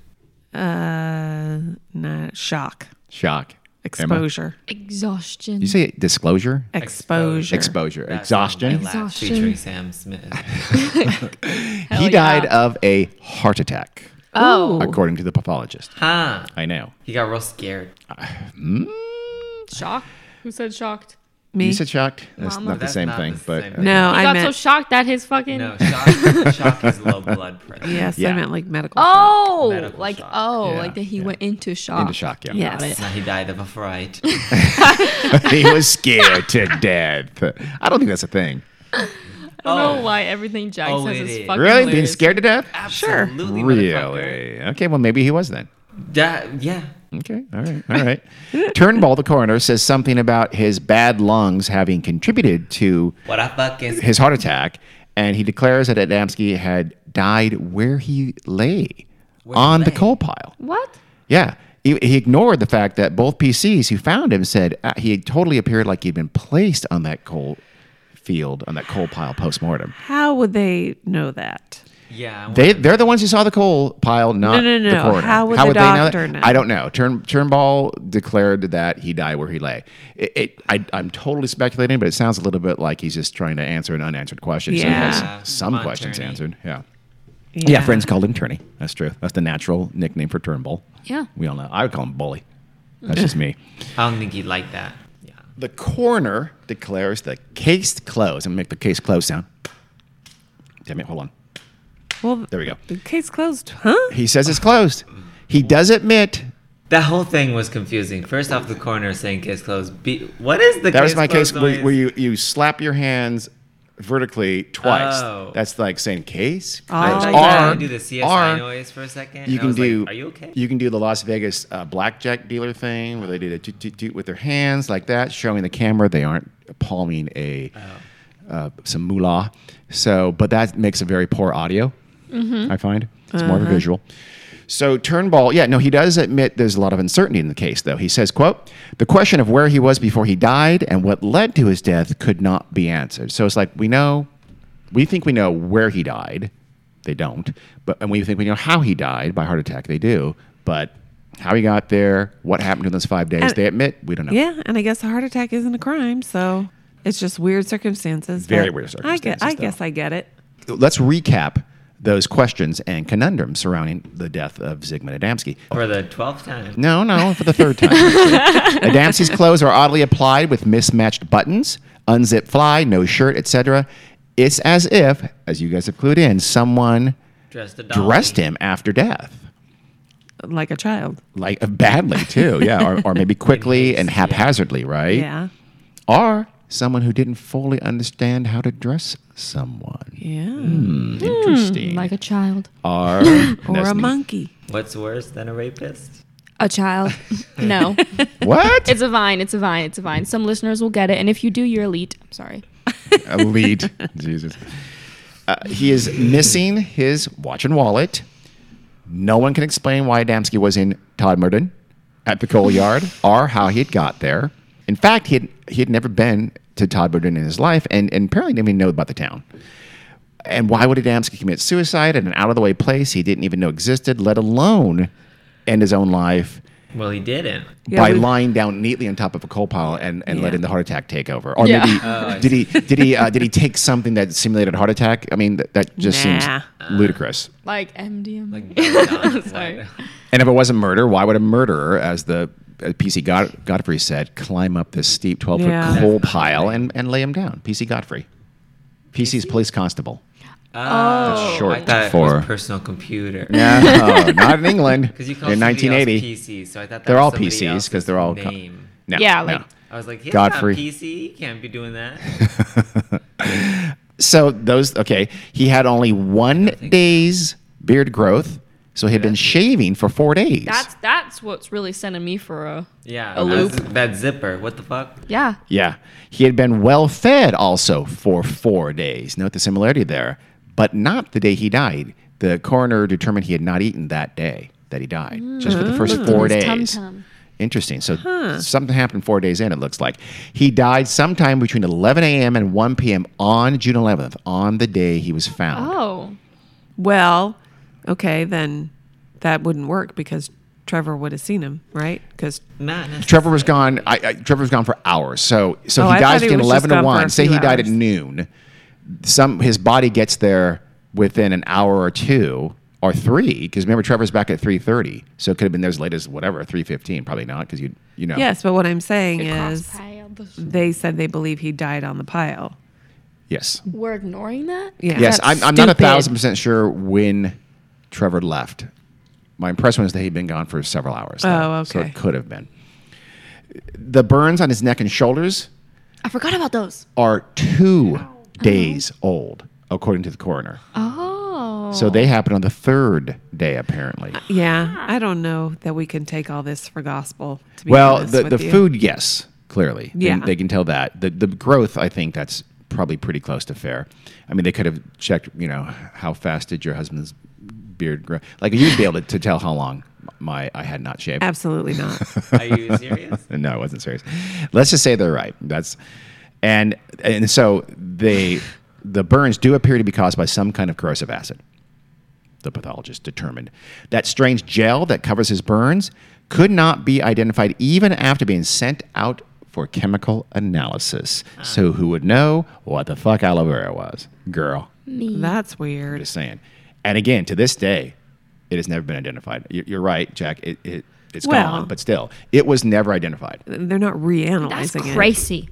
Uh, nah, shock, Shock. Emma? exposure, Exhaustion. You say disclosure? exposure, Exposure. That's Exhaustion. my last Exhaustion. Featuring Sam Smith. Hell He yeah. died of a heart attack, Oh, according to the pathologist. Huh. I know. He got real scared. shocked. Who said shocked? Me? You said shocked. That's Mama, not the that's same not thing, the but same uh, thing. no, He I got meant so shocked that his fucking. No, shock, shock is low blood pressure. yes. Yeah. I meant like medical. Oh, Medical like shock. oh, Yeah, like that he yeah. went into shock. into shock. Yeah. yes. Now he died of a fright. he was scared to death. I don't think that's a thing. I don't know why everything Jack Oh, says it is is. fucking Really? Being hilarious. scared to death? Oh. Absolutely. motherfucker. Really? Okay, well, maybe he was then. That, yeah. Okay, all right, all right. Turnbull, the coroner, says something about his bad lungs having contributed to What I fucking. his heart attack, and he declares that Adamski had died where he lay he on the lay? coal pile. What? Yeah. He, he ignored the fact that both PCs who found him said uh, he had totally appeared like he'd been placed on that coal field, on that coal pile post mortem. How would they know that? Yeah. I They they're the ones who saw the coal pile, not No, no, the no. coroner. How would the doctor that? know? I don't know. Turn, Turnbull declared that he died where he lay. It, it I, I'm totally speculating, but it sounds a little bit like he's just trying to answer an unanswered question. So he has Yeah. some Come on, questions Turney. answered. Yeah. yeah, friends called him Turney. That's true. That's the natural nickname for Turnbull. Yeah. We all know. I would call him Bully. That's just me. I don't think he'd like that. Yeah. The coroner declares the case closed. I'm gonna make the case closed sound. Damn it! Hold on. Well, There we go. the case closed, huh? He says it's closed. He does admit That whole thing was confusing. First off, the coroner saying case closed. Be- what is the That case was my closed case where, noise? where you, you slap your hands vertically twice. Oh. That's like saying case. Oh. I closed. thought you I was were trying Or- to do the or CSI noise for a second. and you I can was do Like, Are you okay? you can do the Las Vegas uh, blackjack dealer thing where they did a toot toot toot with their hands like that, showing the camera they aren't palming a Oh. uh, some moolah. So, but that makes a very poor audio. Mm-hmm. I find it's more Uh-huh. of a visual. So Turnbull, yeah, no, he does admit there's a lot of uncertainty in the case, though. He says, "quote The question of where he was before he died and what led to his death could not be answered." So it's like we know, we think we know where he died, they don't, but and we think we know how he died by heart attack, they do, but how he got there, what happened in those five days, And- they admit we don't know. Yeah, and I guess a heart attack isn't a crime, so it's just weird circumstances. Very but weird I, get, I circumstances, though. guess I get it. let's recap those questions and conundrums surrounding the death of Zygmunt Adamski. For the 12th time. No, no, for the third time. actually. Adamski's clothes are oddly applied with mismatched buttons, unzip fly, no shirt, etc. It's as if, as you guys have clued in, someone Dressed a dolly. dressed him after death. like a child. Like uh, badly too, yeah, or, or maybe quickly and Yeah. haphazardly, right? Yeah. Or someone who didn't fully understand how to dress someone. Yeah. Hmm, Interesting. Like a child. or Or a monkey. What's worse than a rapist? A child. no. What? It's a vine. It's a vine. It's a vine. Some listeners will get it. And if you do, you're elite. I'm sorry. elite. Jesus. Uh, he is missing his watch and wallet. No one can explain why Adamski was in Todmorden at the coal yard or how he had got there. In fact, he had, he had never been to Todmorden in his life and, and apparently didn't even know about the town. And why would Adamski commit suicide at an out of the way place he didn't even know existed, let alone end his own life? Well, he didn't. Yeah, by we- lying down neatly on top of a coal pile and, and Yeah. letting the heart attack take over. Or Yeah. maybe Oh, I did he did he uh, did he take something that simulated a heart attack? I mean, that, that just Nah. seems ludicrous. Like MDMA. Like, Belladonna. Sorry. And if it wasn't murder, why would a murderer, as the uh, PC God- Godfrey said, climb up this steep twelve foot Yeah. coal pile and, and lay him down? PC Godfrey, PC's police constable. Oh, short I thought it for- was personal computer. No, Uh, not in England. Because you call In nineteen eighty, PC, so I thought that they're was all somebody PCs because else's they're all. co- name. no, Yeah, no. like- I was like, he's Godfrey. not PC. He can't be doing that. So those okay. He had only one think- day's beard growth, so he had been shaving for four days. That's that's what's really sending me for a Yeah, A that's- loop. That zipper. What the fuck? yeah. yeah, he had been well fed also for four days. Note the similarity there, but not the day he died. The coroner determined he had not eaten that day that he died, just for the first Looked in four Hmm. his days. tum-tum. Interesting. So something happened four days in. It looks like he died sometime between 11 a.m. and 1 p.m. on June 11th, on the day he was found. Oh. Well, okay, then that wouldn't work because Trevor would have seen him, right? Because Not necessarily. Trevor was gone. I, I, Trevor was gone for hours. So so Oh, he I dies thought he between was just eleven and gone for a one. Say he few died at hours. noon. Some his body gets there within an hour or two or three. Because remember, Trevor's back at three thirty. So it could have been there as late as whatever three fifteen. Probably not because you you know. yes, but what I'm saying is Cross-pile. they said they believe he died on the pile. Yes. We're ignoring that? Yeah. Yes. That's I'm, I'm not a stupid. thousand percent sure when Trevor left. My impression was that he'd been gone for several hours. Oh, So okay. it could have been. The burns on his neck and shoulders I forgot about those. are two days old, according to the coroner. Oh. So they happened on the third day, apparently. Yeah, I don't know that we can take all this for gospel. To be well, honest the, with the you. food, yes, clearly. They- Yeah. They, can tell that. The, the growth, I think that's probably pretty close to fair. I mean, they could have checked, you know, how fast did your husband's beard grow? Like, you'd be able to, to tell how long my I had not shaved. Absolutely not. Are you serious? no, I wasn't serious. Let's just say they're right. That's and and so they the burns do appear to be caused by some kind of corrosive acid. The pathologist determined that strange gel that covers his burns could not be identified even after being sent out for chemical analysis. So who would know what the fuck aloe vera was, girl? That's weird. Just saying. And again, to this day, it has never been identified. You- You're right, Jack. It, it it's Well- gone, but still, it was never identified. They're not reanalyzing That's it. crazy.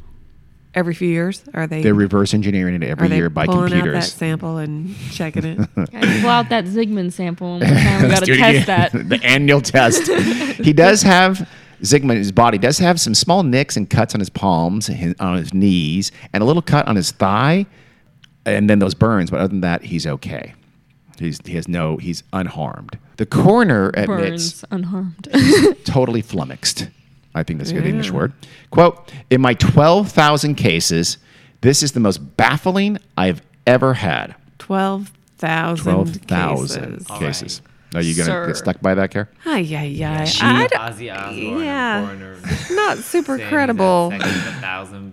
Every few years, are they? They're reverse engineering it are every they year by pulling out that computers. sample and checking it? Guys, pull out that Zygmunt sample one more time. We Let's gotta do it test that. again. the annual test. he does have Zygmunt. His body does have some small nicks and cuts on his palms, his, on his knees, and a little cut on his thigh, and then those burns. But other than that, he's okay. He's, he has no. He's unharmed. The coroner admits Burns unharmed. totally flummoxed. I think that's a good Yeah. English word. Quote In my 12,000 cases, this is the most baffling I've ever had. Twelve thousand. 12,000 cases. All right. Are you going to Sir. get stuck by that, Care? Ay, ay, ay. She, I d- Ozzy Osbourne, yeah. yeah. Foreigner, not super credible. Saying he's had sex with a thousand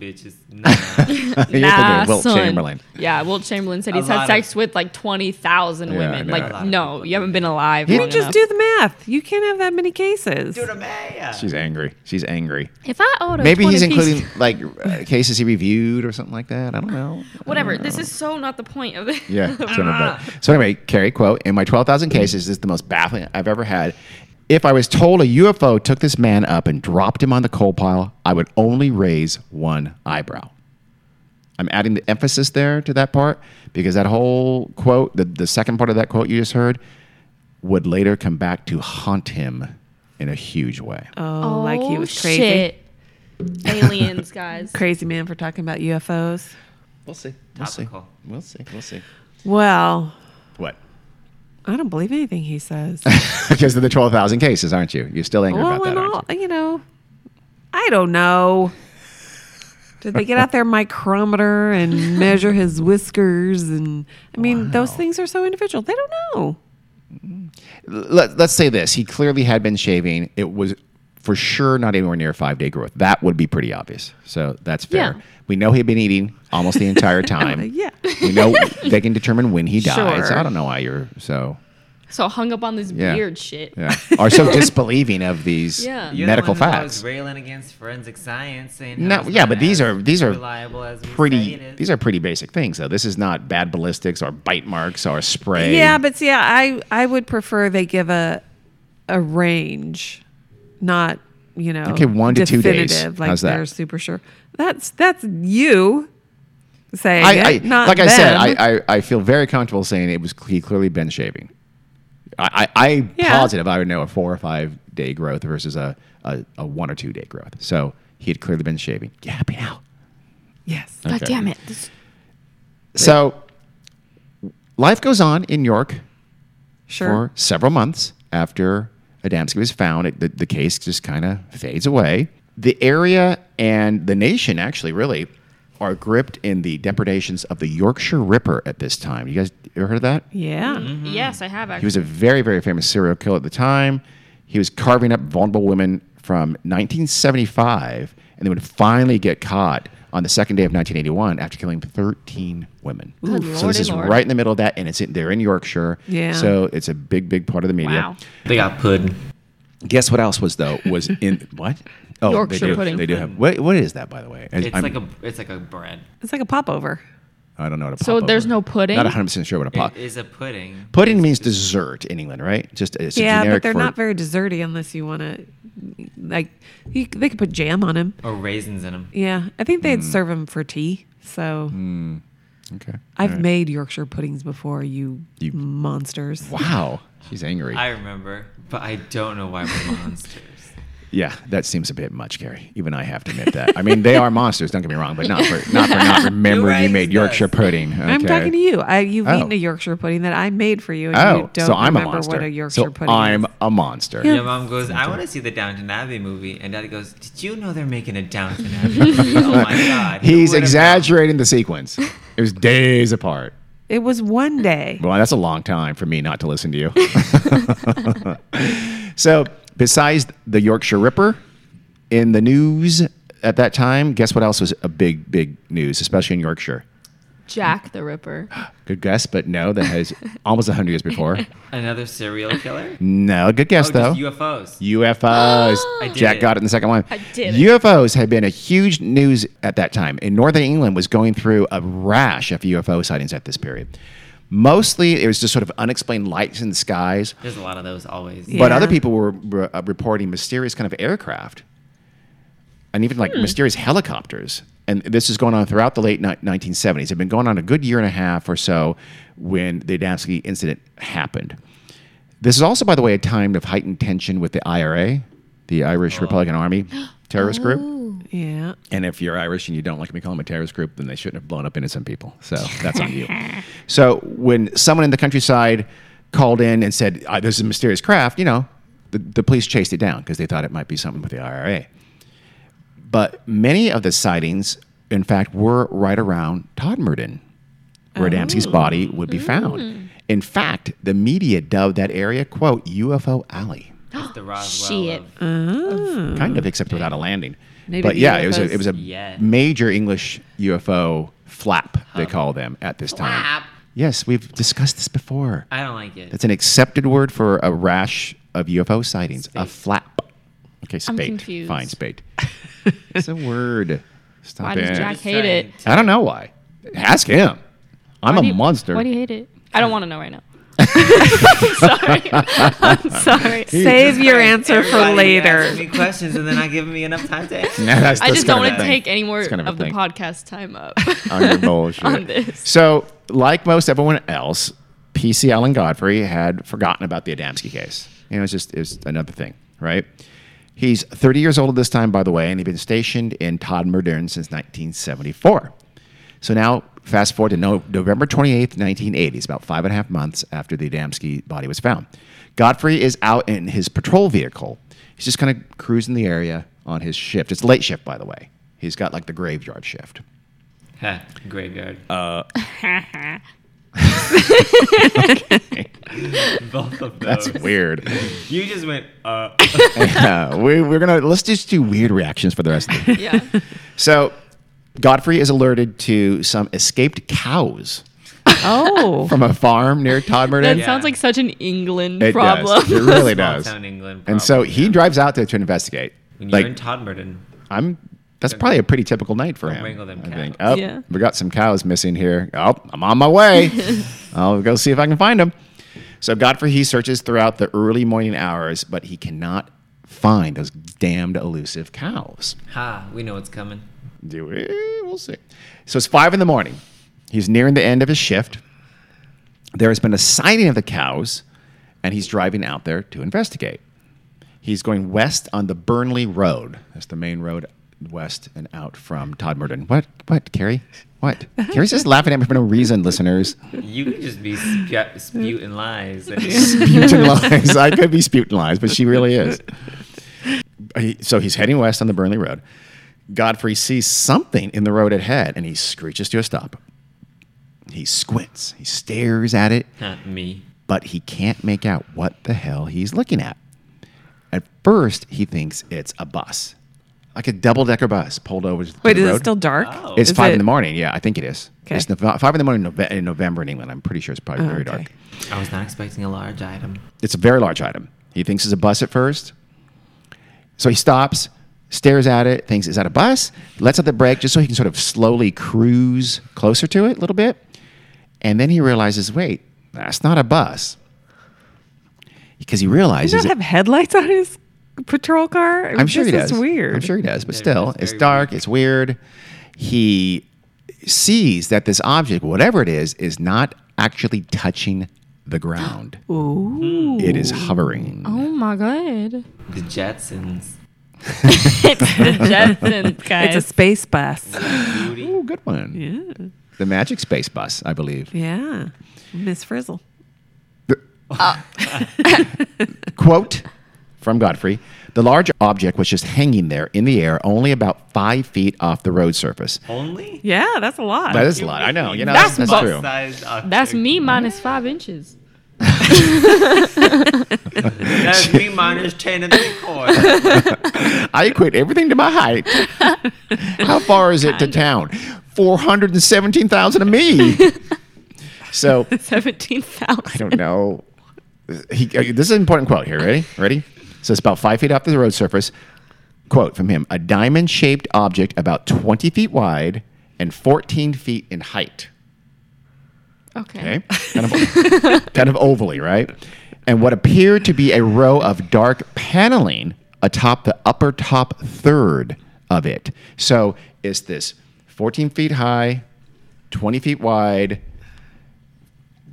bitches. Nah. Nah, Wilt son. Chamberlain. Yeah, Wilt Chamberlain said A he's had lot sex of- with like twenty thousand Yeah, I women. know. A Like, lot of no, people. you haven't been alive. You long Just enough. do the math. You can't have that many cases. Dude, man. She's angry. She's angry. If I owed a Maybe he's 20 piece- including like uh, cases he reviewed or something like that. I don't know. whatever. This is so not the point of it. Yeah. it's sort of a- so anyway, Carrie, quote, in my 12,000 cases, this is the most baffling I've ever had. If I was told a UFO took this man up and dropped him on the coal pile, I would only raise one eyebrow. I'm adding the emphasis there to that part because that whole quote, the, the second part of that quote you just heard, would later come back to haunt him in a huge way. Oh, like he Oh, was crazy. shit. Aliens, guys. Crazy man for talking about UFOs. We'll see. We'll see. Topical. We'll see. We'll see. Well, What? I don't believe anything he says. because of the 12,000 cases, aren't you? You're still angry well, about that, and aren't you? all, you know, I don't know. Did they get out their micrometer and measure his whiskers? And I mean, those things are so individual. They don't know. let, let's say this he clearly had been shaving it was for sure not anywhere near five day growth that would be pretty obvious so that's fair Yeah. we know he'd been eating almost the entire Uh, time yeah. we know they can determine when he dies Sure. i don't know why you're so So hung up on this Yeah. weird shit. yeah or so disbelieving of these Yeah. You're medical the one who's always facts Railing against forensic science. Saying how No, it's yeah, not but these as are- these are reliable as we say pretty it is. these are pretty basic things though this is not bad ballistics or bite marks or spray Yeah, but see, I I would prefer they give a a range, not you know, Okay, one to two days. definitive, Like How's that? they're super sure. That's that's you saying I, I it, not like I said, them. I, I, I feel very comfortable saying it was he clearly been shaving. I, I, I Yeah. positive I would know a four or five day growth versus a, a, a one or two day growth. So he had clearly been shaving. You happy now? yes. God Okay. damn it. This- So life goes on in York Sure. for several months after Adamski was found. It, the, the case just kind of fades away. The area and the nation, actually, really, are gripped in the depredations of the Yorkshire Ripper at this time. You guys ever heard of that? Yeah. Mm-hmm. Yes, I have He actually. was a very, very famous serial killer at the time. He was carving up vulnerable women from 1975, and they would finally get caught on the second day of 1981 after killing 13 women. Good so lordy this is lord. right in the middle of that, and it's in, they're in Yorkshire. Yeah. So it's a big, big part of the media. Wow. They got pudding. Guess what else was though was in what? Oh, Yorkshire they do, pudding. They do have. What, what is that, by the way? I- It's I'm- like a it's like a bread. It's like a popover. I don't know what a So pop there's over- no pudding? Not 100 percent sure what a pop. It is a pudding. Pudding means dessert in England, right? Just it's a yeah, but generic they're for- not very desserty unless you want to, like, you, they could put jam on them. or Oh, raisins in them. Yeah, I think Mm. they'd serve 'em serve them for tea. So I've Okay. Mm, All right. made Yorkshire puddings before, you, You- monsters. Wow, she's angry. I remember, but I don't know why we're monsters. yeah, that seems a bit much, Carrie. Even I have to admit that. I mean, they are monsters. Don't get me wrong, but not for not for not remembering you raised made us. Yorkshire pudding. Okay. I'm talking to you. I, you've Oh. eaten a Yorkshire pudding that I made for you, and you Oh, don't so I'm a remember monster. what a Yorkshire so pudding I'm is. a monster. Yeah. Your mom goes, I want to see the Downton Abbey movie. And daddy goes, Did you know they're making a Downton Abbey movie? oh my God. who He's would have exaggerating the sequence. It was days apart. It was one day. Well, that's a long time for me not to listen to you. so, besides the Yorkshire Ripper in the news at that time, guess what else was a big, big news, especially in Yorkshire? Jack the Ripper. Good guess, but no, that has almost 100 years before. known? Another serial killer? No, good guess Oh, though. just UFOs. UFOs. I did Jack it. got it in the second one. I did it. UFOs had been a huge news at that time, and Northern England was going through a rash of UFO sightings at this period. Mostly, it was just sort of unexplained lights in the skies, There's a lot of those always. Yeah. but other people were, were, uh, reporting mysterious kind of aircraft and even like mysterious helicopters. And this is going on throughout the late ni- 1970s. It had been going on a good year and a half or so when the Adamski incident happened. This is also, by the way, a time of heightened tension with the IRA, the Irish Republican Army terrorist group. Yeah. And if you're Irish and you don't like me calling them a terrorist group, then they shouldn't have blown up innocent people. So that's on you. So when someone in the countryside called in and said, uh, there's a mysterious craft, you know, the, the police chased it down because they thought it might be something with the IRA. But many of the sightings, in fact, were right around Todmorden, where Adamski's body would be found. In fact, the media dubbed that area, quote, UFO Alley. It's the Roswell. Shit. Uh-huh. of- Kind of, except without a landing. Maybe but the yeah, it was a, UFOs it was a Yeah. major English UFO flap, they call them at this time. Flap. Yes, we've discussed this before. I don't like it. That's an accepted word for a rash of UFO sightings. A Spate. flap. Okay, spate. confused. Fine, spate. it's a word. Stop Why it. does Jack Just hate trying it? to- I don't know why. Ask him. I'm Why a do you- monster. Why do you hate it? I don't want to know right now. I'm sorry. I'm sorry. Save your answer for Everybody later. asking me questions and then not giving me enough time to answer. No, that's- I that's just kind don't of want a to thing. take any more That's kind of a of the thing. podcast time up. on your bullshit. On this. So, like most everyone else, PC Allen Godfrey had forgotten about the Adamski case. You know, it's just it's another thing, right? He's 30 years old at this time, by the way, and he'd been stationed in Todd Modern since 1974. So now, fast forward to no, November 28th, 1980, it's about five and a half months after the Adamski body was found. Godfrey is out in his patrol vehicle. He's just kind of cruising the area on his shift. It's late shift, by the way. He's got like the graveyard shift. Huh, Graveyard. Both of those. That's weird. You just went, uh. Yeah, we, we're gonna let's just do weird reactions for the rest of it. yeah. So, Godfrey is alerted to some escaped cows Oh, from a farm near Todmorden. That Yeah. sounds like such an England It problem. does. It really Small does. town England. And so problem. he drives out there to investigate. When like you're in Todmorden, I'm, that's probably a pretty typical night for him. wrangle them I think. cows. Oh, Yeah. we got some cows missing here. Oh, I'm on my way. I'll go see if I can find them. So Godfrey he searches throughout the early morning hours, but he cannot find those damned elusive cows. ha, we know what's coming. Do we? We'll see. So it's five in the morning. He's nearing the end of his shift. There has been a sighting of the cows, and he's driving out there to investigate. He's going west on the Burnley Road. That's the main road west and out from Todmorden. What? What, Carrie? What? Carrie's just laughing at me for no reason, listeners. You could just be spu- spewing lies. I mean, Sputin lies. I could be Sputin lies, but she really is. He- So he's heading west on the Burnley Road. Godfrey sees something in the road ahead and he screeches to a stop. He squints, he stares at it, Not me. but he can't make out what the hell he's looking at. At first, he thinks it's a bus, like a double decker bus pulled over. To wait, the is road. it still dark? Oh. It's Is five it- in the morning. Yeah, I think it is. Okay. It's Nov- five in the morning in Nove- in November in England. I'm pretty sure it's probably Oh, very okay. dark. I was not expecting a large item. It's a very large item. He thinks it's a bus at first. So he stops, stares at it, thinks, is that a bus? Lets out the brake just so he can sort of slowly cruise closer to it a little bit. And then he realizes, wait, that's not a bus. Because he Does realizes not it- have headlights on his patrol car? I'm sure he This does. is weird. I'm sure he does, but Yeah, still, it's it's very dark. It's weird. He sees that this object, whatever it is, is not actually touching the ground. Ooh. It is hovering. Oh my god. The Jetsons. it's the Jetsons, guys. It's a space bus. Judy. Ooh, good one. Yeah. The Magic Space Bus, I believe. Yeah. Miss Frizzle. Quote from Godfrey The large object was just hanging there in the air, only about five feet off the road surface. Only? Yeah, that's a lot. That is a lot. I know. You know, that's, That's that's bus true. Sized object. That's me minus five inches. That's me minus 10 and 3 quarters. I equate everything to my height. How far is it to town? 417,000 to me. So, Seventeen I thousand. don't know. He, uh, this is an important quote here. Ready? Ready? So it's about five feet off the road surface. Quote from him: A diamond-shaped object about twenty feet wide and fourteen feet in height. Okay. Okay, kind of, kind of ovally, right? And what appeared to be a row of dark paneling atop the upper top third of it. So it's this fourteen feet high, twenty feet wide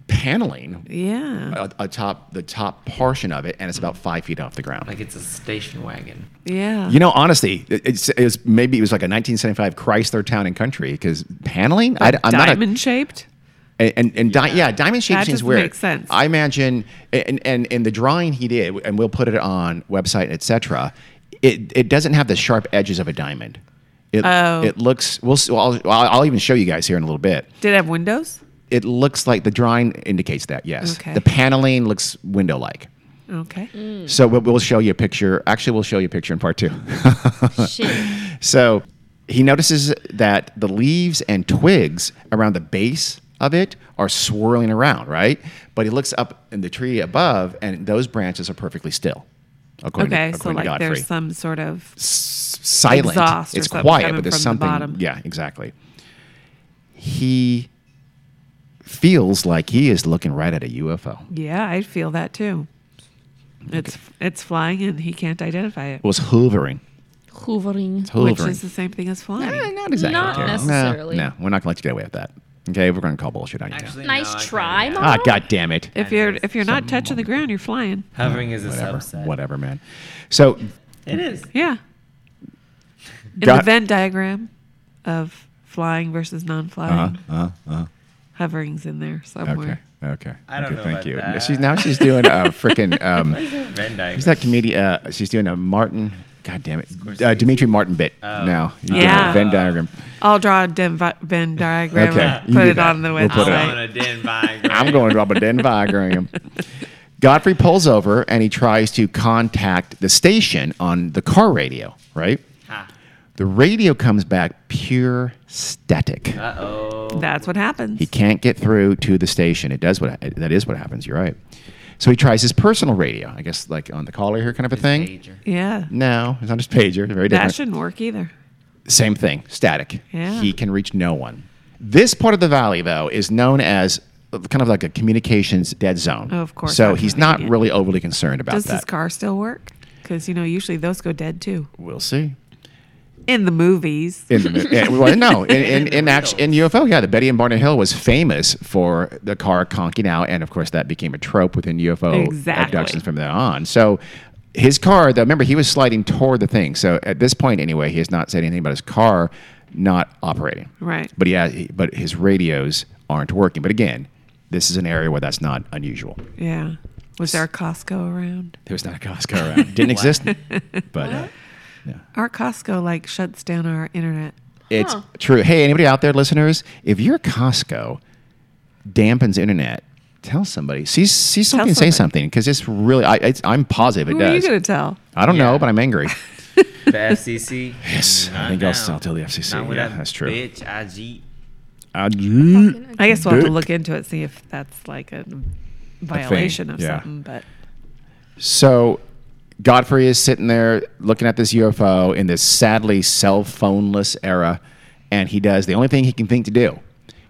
paneling Yeah. a- atop the top portion of it, and it's about five feet off the ground. Like it's a station wagon. Yeah. You know, honestly, it- it's, it's maybe it was like a 1975 Chrysler Town and Country because paneling. I, am diamond shaped. not a, and and di- yeah. diamond shape That seems just weird. makes sense. I imagine, and and in the drawing he did, and we'll put it on website, etc. It it doesn't have the sharp edges of a diamond. It, Oh. it looks. We'll. s- well, I'll, I'll even show you guys here in a little bit. Did it have windows? it looks like the drawing indicates that. Yes, Okay. the paneling looks window-like. Okay. Hmm. So we'll, we'll show you a picture. Actually, we'll show you a picture in part two. Shit. So he notices that the leaves and twigs around the base of it are swirling around, right? But he looks up in the tree above, and those branches are perfectly still. According Okay. to, So according to like Godfrey. there's some sort of S- silent. exhaust or It's something quiet, coming but there's from the something. bottom. Yeah, exactly. He feels like he is looking right at a UFO. yeah. I feel that too. It's it's flying and he can't identify it, It was hovering. Hoovering. It's hovering. which is the same thing as flying. Eh, not exactly. Not Karen. No, necessarily. No, we're not going to let you get away with that. Okay, we're going to call bullshit on you. now. Actually, Nice no, I try, kinda- Mom. Ah, god damn it. If you're if you're not touching the ground, you're flying. Hovering is a whatever, subset. whatever, man. So It is. Yeah. In the Got- Venn diagram of flying versus non-flying, uh, uh, uh, hovering's in there somewhere. okay, okay. I don't okay, know thank about you. that. She's now she's doing a freaking. Um, Venn who's diagram. that comedian? Uh, she's doing a Martin. God damn it, uh, Dimitri Martin bit Oh. now. You did a Yeah. Venn diagram. I'll draw a Dem- Venn diagram Okay, and you put do it that. on the We'll website. put it I'm on a Venn diagram. I'm going to drop a Venn diagram. Godfrey pulls over and he tries to contact the station on the car radio. Right, Uh the radio comes back pure static. oh. That's what happens. He can't get through to the station. It does what that is what happens. You're right. So he tries his personal radio, I guess, like on the caller here kind of a thing. Pager. yeah. No, it's not his pager. Very That different. shouldn't work either. Same thing. Static. Yeah. He can reach no one. This part of the valley, though, is known as kind of like a communications dead zone. Oh, of course, So that's he's not convenient. really overly concerned about Does that. his car still work? Because you know usually those go dead too we'll see. in the movies. In the, yeah, well, no, in in in, act- in UFO, yeah, the Betty and Barney Hill was famous for the car conking out, and of course that became a trope within UFO Exactly. abductions from there on. So his car, though, remember he was sliding toward the thing. So at this point, anyway, he has not said anything about his car not operating. Right. But yeah, he, but his radios aren't working. But again, this is an area where that's not unusual. Yeah. Was there a Costco around? There was not a Costco around. Didn't exist. But. Uh, Our Costco like shuts down our internet. It's Huh. true. Hey, anybody out there, listeners, if your Costco dampens internet, tell somebody. See, see something, say somebody. something, because it's really. I, it's, I'm positive it Who are you does. gonna tell? I don't know, Yeah. but I'm angry. The FCC. Yes, I Not think now. I'll, I'll tell the FCC. Mm, Not with yeah, that that's true. Bitch, IG. I do- I guess we'll have to Dick. look into it, see if that's like a violation of yeah. something. But So Godfrey is sitting there looking at this UFO in this sadly cell phoneless era, and he does the only thing he can think to do.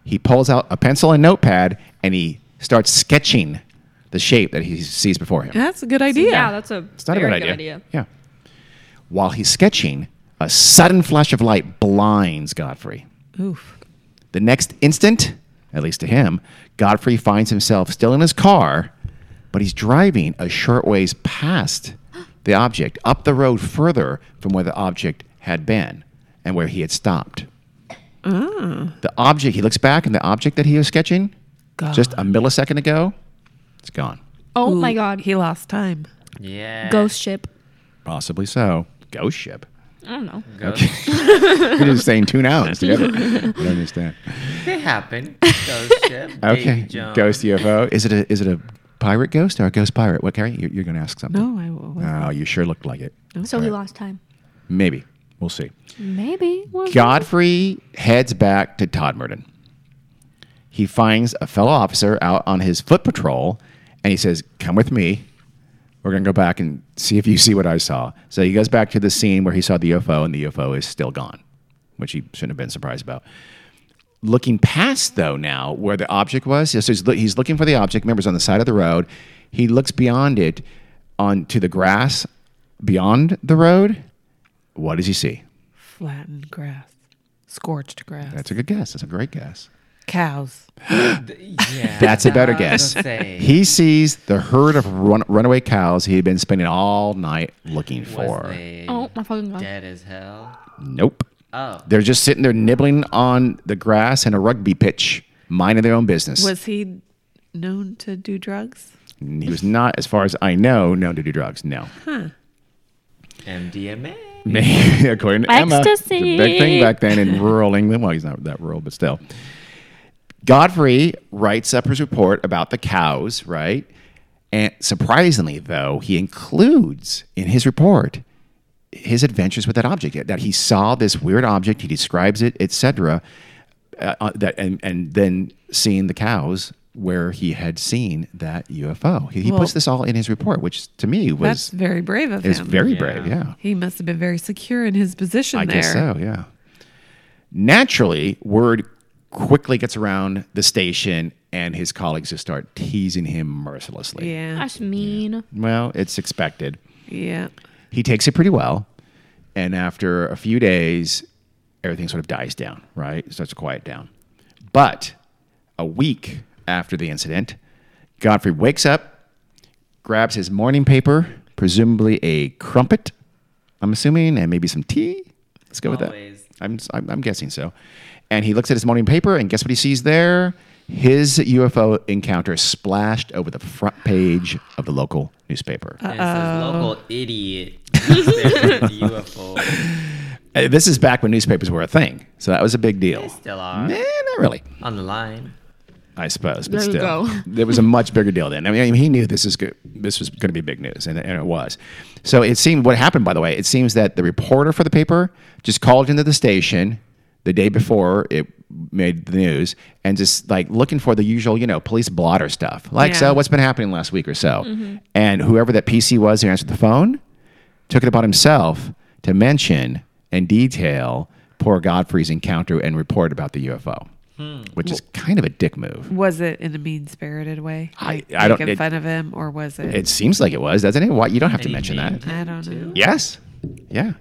He pulls out a pencil and notepad and he starts sketching the shape that he sees before him. that's a good Yeah, idea. that's a It's not very a bad idea. Yeah. While he's sketching, a sudden flash of light blinds Godfrey. Oof. The next instant, at least to him, Godfrey finds himself still in his car, but he's driving a short ways past the object, up the road further from where the object had been and where he had stopped. The object, he looks back, and the object that he was sketching God. just a millisecond ago, it's gone. Oh Ooh, my god. He lost time. Yeah. Ghost ship. Possibly so. Ghost ship. I don't know. Ghost. We're just saying two nouns together. I don't understand. It happened. Ghost ship. Okay, Big jump. ghost UFO. Is it a is it a pirate ghost or a ghost pirate? What, Carrie? You're, you're going to ask something. No, I was Oh, you sure looked like it. So he lost time. Maybe we'll see. Maybe. Was Godfrey heads back to Todd Merton. He finds a fellow officer out on his foot patrol, and he says, "Come with me. We're going to go back and see if you see what I saw." So he goes back to the scene where he saw the UFO, and the UFO is still gone, which he shouldn't have been surprised about. looking past though now where the object was. Yes, he's, loo- he's looking for the object. Remember, it's on the side of the road. He looks beyond it onto the grass beyond the road. What does he see? flattened grass, scorched grass, That's a good guess. That's a great guess. cows. Yeah. That's a better I was gonna guess. say, He sees the herd of run- runaway cows he had been spending all night looking was for. they Oh my fucking god. Dead as hell. Nope. Oh. They're just sitting there nibbling on the grass in a rugby pitch, minding their own business. Was he known to do drugs? he was not, as far as I know, known to do drugs. No. MDMA. Maybe, according to Emma. It's a big Ecstasy. thing back then in rural England. Well, he's not that rural, but still. Godfrey writes up his report about the cows, right? And surprisingly, though, he includes in his report his adventures with that object that he saw this weird object, he describes it, etc. Uh, uh, that and and then seeing the cows where he had seen that UFO. He, he Well- puts this all in his report, which to me That's was very brave of is him. very Yeah. brave. Yeah. he must have been very secure in his position I there. guess so, yeah. Naturally, word quickly gets around the station, and his colleagues just start teasing him mercilessly. Yeah. That's mean. Well, it's expected. Yeah. He takes it pretty well, and after a few days, everything sort of dies down, right? It starts to quiet down. But a week after the incident, Godfrey wakes up, grabs his morning paper, presumably a crumpet, I'm assuming, and maybe some tea. Let's go with that. Always. I'm, I'm, I'm guessing so. And he looks at his morning paper, and guess what he sees there? His UFO encounter splashed over the front page of the local newspaper. And it says local idiot. There's a UFO. Uh, This is back when newspapers were a thing, so that was a big deal. They still are. Nah, not really, On the line. I suppose. But There you still, go. there was a much bigger deal then. I mean, he knew this is good. This was going to be big news, and, and it was. So it seemed. What happened, by the way, it seems that the reporter for the paper just called into the station the day before it made the news, and just like looking for the usual, you know, police blotter stuff. Like, Yeah. so what's been happening last week or so? Mm-hmm. And whoever that PC was who answered the phone took it upon himself to mention and detail poor Godfrey's encounter and report about the UFO, Hmm. which is kind of a dick move. Was it in a mean spirited way? I- Like, I don't- making it- fun of him, or was it? It seems like it was, doesn't it? Why you don't have to And mention he that? named I him, don't too. know. Yes, yeah.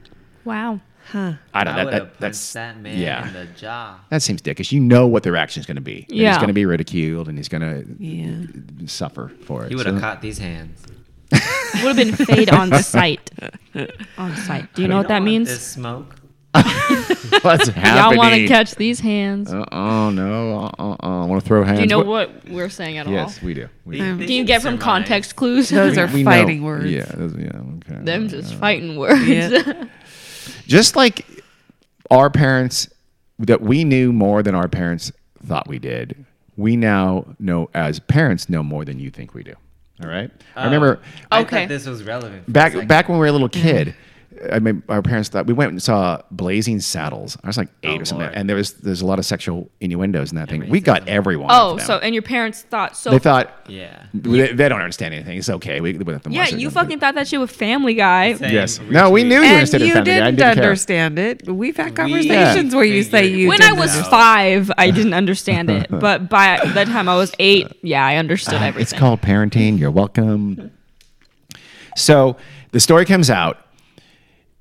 Wow. Huh. I don't. know. that, I would have that, punched that's that man yeah. in the jaw. that seems dickish. You know what their action is going to be. That He's Yeah. going to be ridiculed and he's going Yeah. to suffer for it. He would have So- caught these hands. Would have been fade on sight. On sight. Do you know what that Don't want means? Um, This smoke. What's Y'all happening? want to catch these hands. Uh, oh no! Uh, uh, uh, I want to throw hands. Do you know what we're saying at Yes, all? we do. We They- do. they Can you should get from surmise. context clues? Those are We know- fighting words. Yeah, those- yeah. Okay. them just fighting words. Yeah. just like our parents that we knew more than our parents thought we did we now know as parents know more than you think we do all right i remember I Okay. thought this was relevant. for a back Oh. second. Mm-hmm. back when we were a little kid i mean our parents thought we went and saw blazing saddles i was like eight Oh, or something Lord. and there was there's a lot of sexual innuendos in that thing we got everyone Oh, so and your parents thought so. they thought Yeah. they, they don't understand anything it's okay we, we don't have to yeah, watch it. you fucking thought that shit with Family Guy. Same. yes no we knew you And understood it you Family Guy. I didn't care. understand it. We've had conversations where you say figured it you. when I didn't was understand. five, I didn't understand it, but by the time I was eight, yeah, I understood everything. Uh, Ah, It's called parenting. You're welcome. So the story comes out.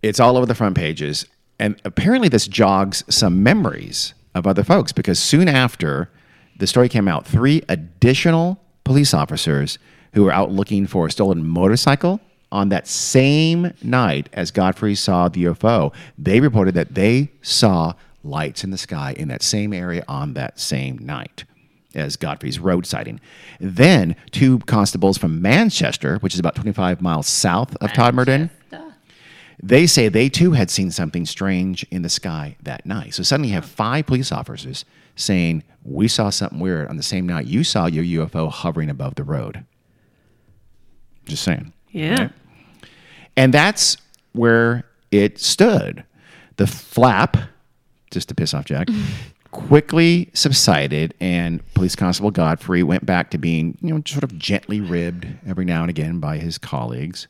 It's all over the front pages. And apparently, this jogs some memories of other folks because soon after the story came out, three additional police officers who were out looking for a stolen motorcycle on that same night as Godfrey saw the UFO, they reported that they saw lights in the sky in that same area on that same night as Godfrey's road sighting. Then two constables from Manchester, which is about 25 miles south of Todmorden, they say they too had seen something strange in the sky that night. So suddenly you have five police officers saying, We saw something weird on the same night you saw your UFO hovering above the road. Just saying. Yeah. Right? And that's where it stood. The flap, just to piss off Jack, quickly subsided, and Police Constable Godfrey went back to being, you know, sort of gently ribbed every now and again by his colleagues.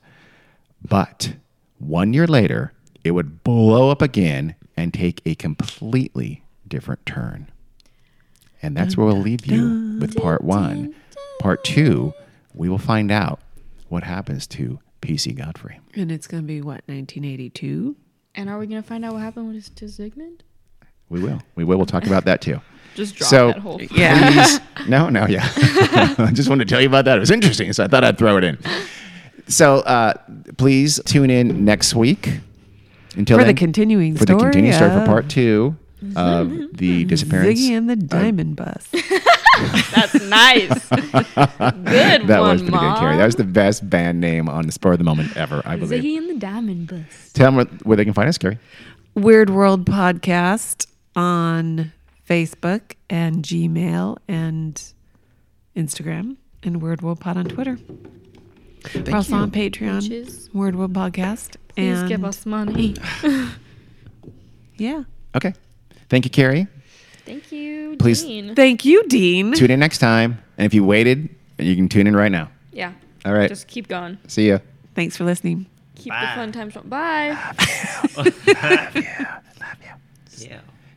But one year later, it would blow up again and take a completely different turn. And that's where we'll leave you with part one. Part two, we will find out what happens to PC Godfrey. And it's going to be what 1982. And are we gonna find out what happened with to Zygmunt? We will. We will. We'll talk about that too. Just drop so, that whole. Yeah. please. No, no, yeah. I just wanted to tell you about that. It was interesting, so I thought I'd throw it in. So uh, please tune in next week. Until For the then, continuing for the continuing story story for of- part two of the disappearance. Ziggy and the Diamond Bus. That's nice. Good that one, was pretty mom. good, Carrie. That was the best band name on the spur of the moment ever, I believe. Ziggy and the Diamond Bus. Tell them where, where they can find us, Carrie. Weird World podcast on Facebook and Gmail and Instagram and Word World Pod on Twitter. We're also on Which Patreon, is- Word World Podcast. Please and give us money. Yeah. Okay. Thank you, Carrie. Thank you, Please- Dean. Thank you, Dean. Tune in next time. And if you waited, you can tune in right now. yeah. All right. Just keep going. See ya. Thanks for listening. Keep Bye. the fun times. Bye. Yeah.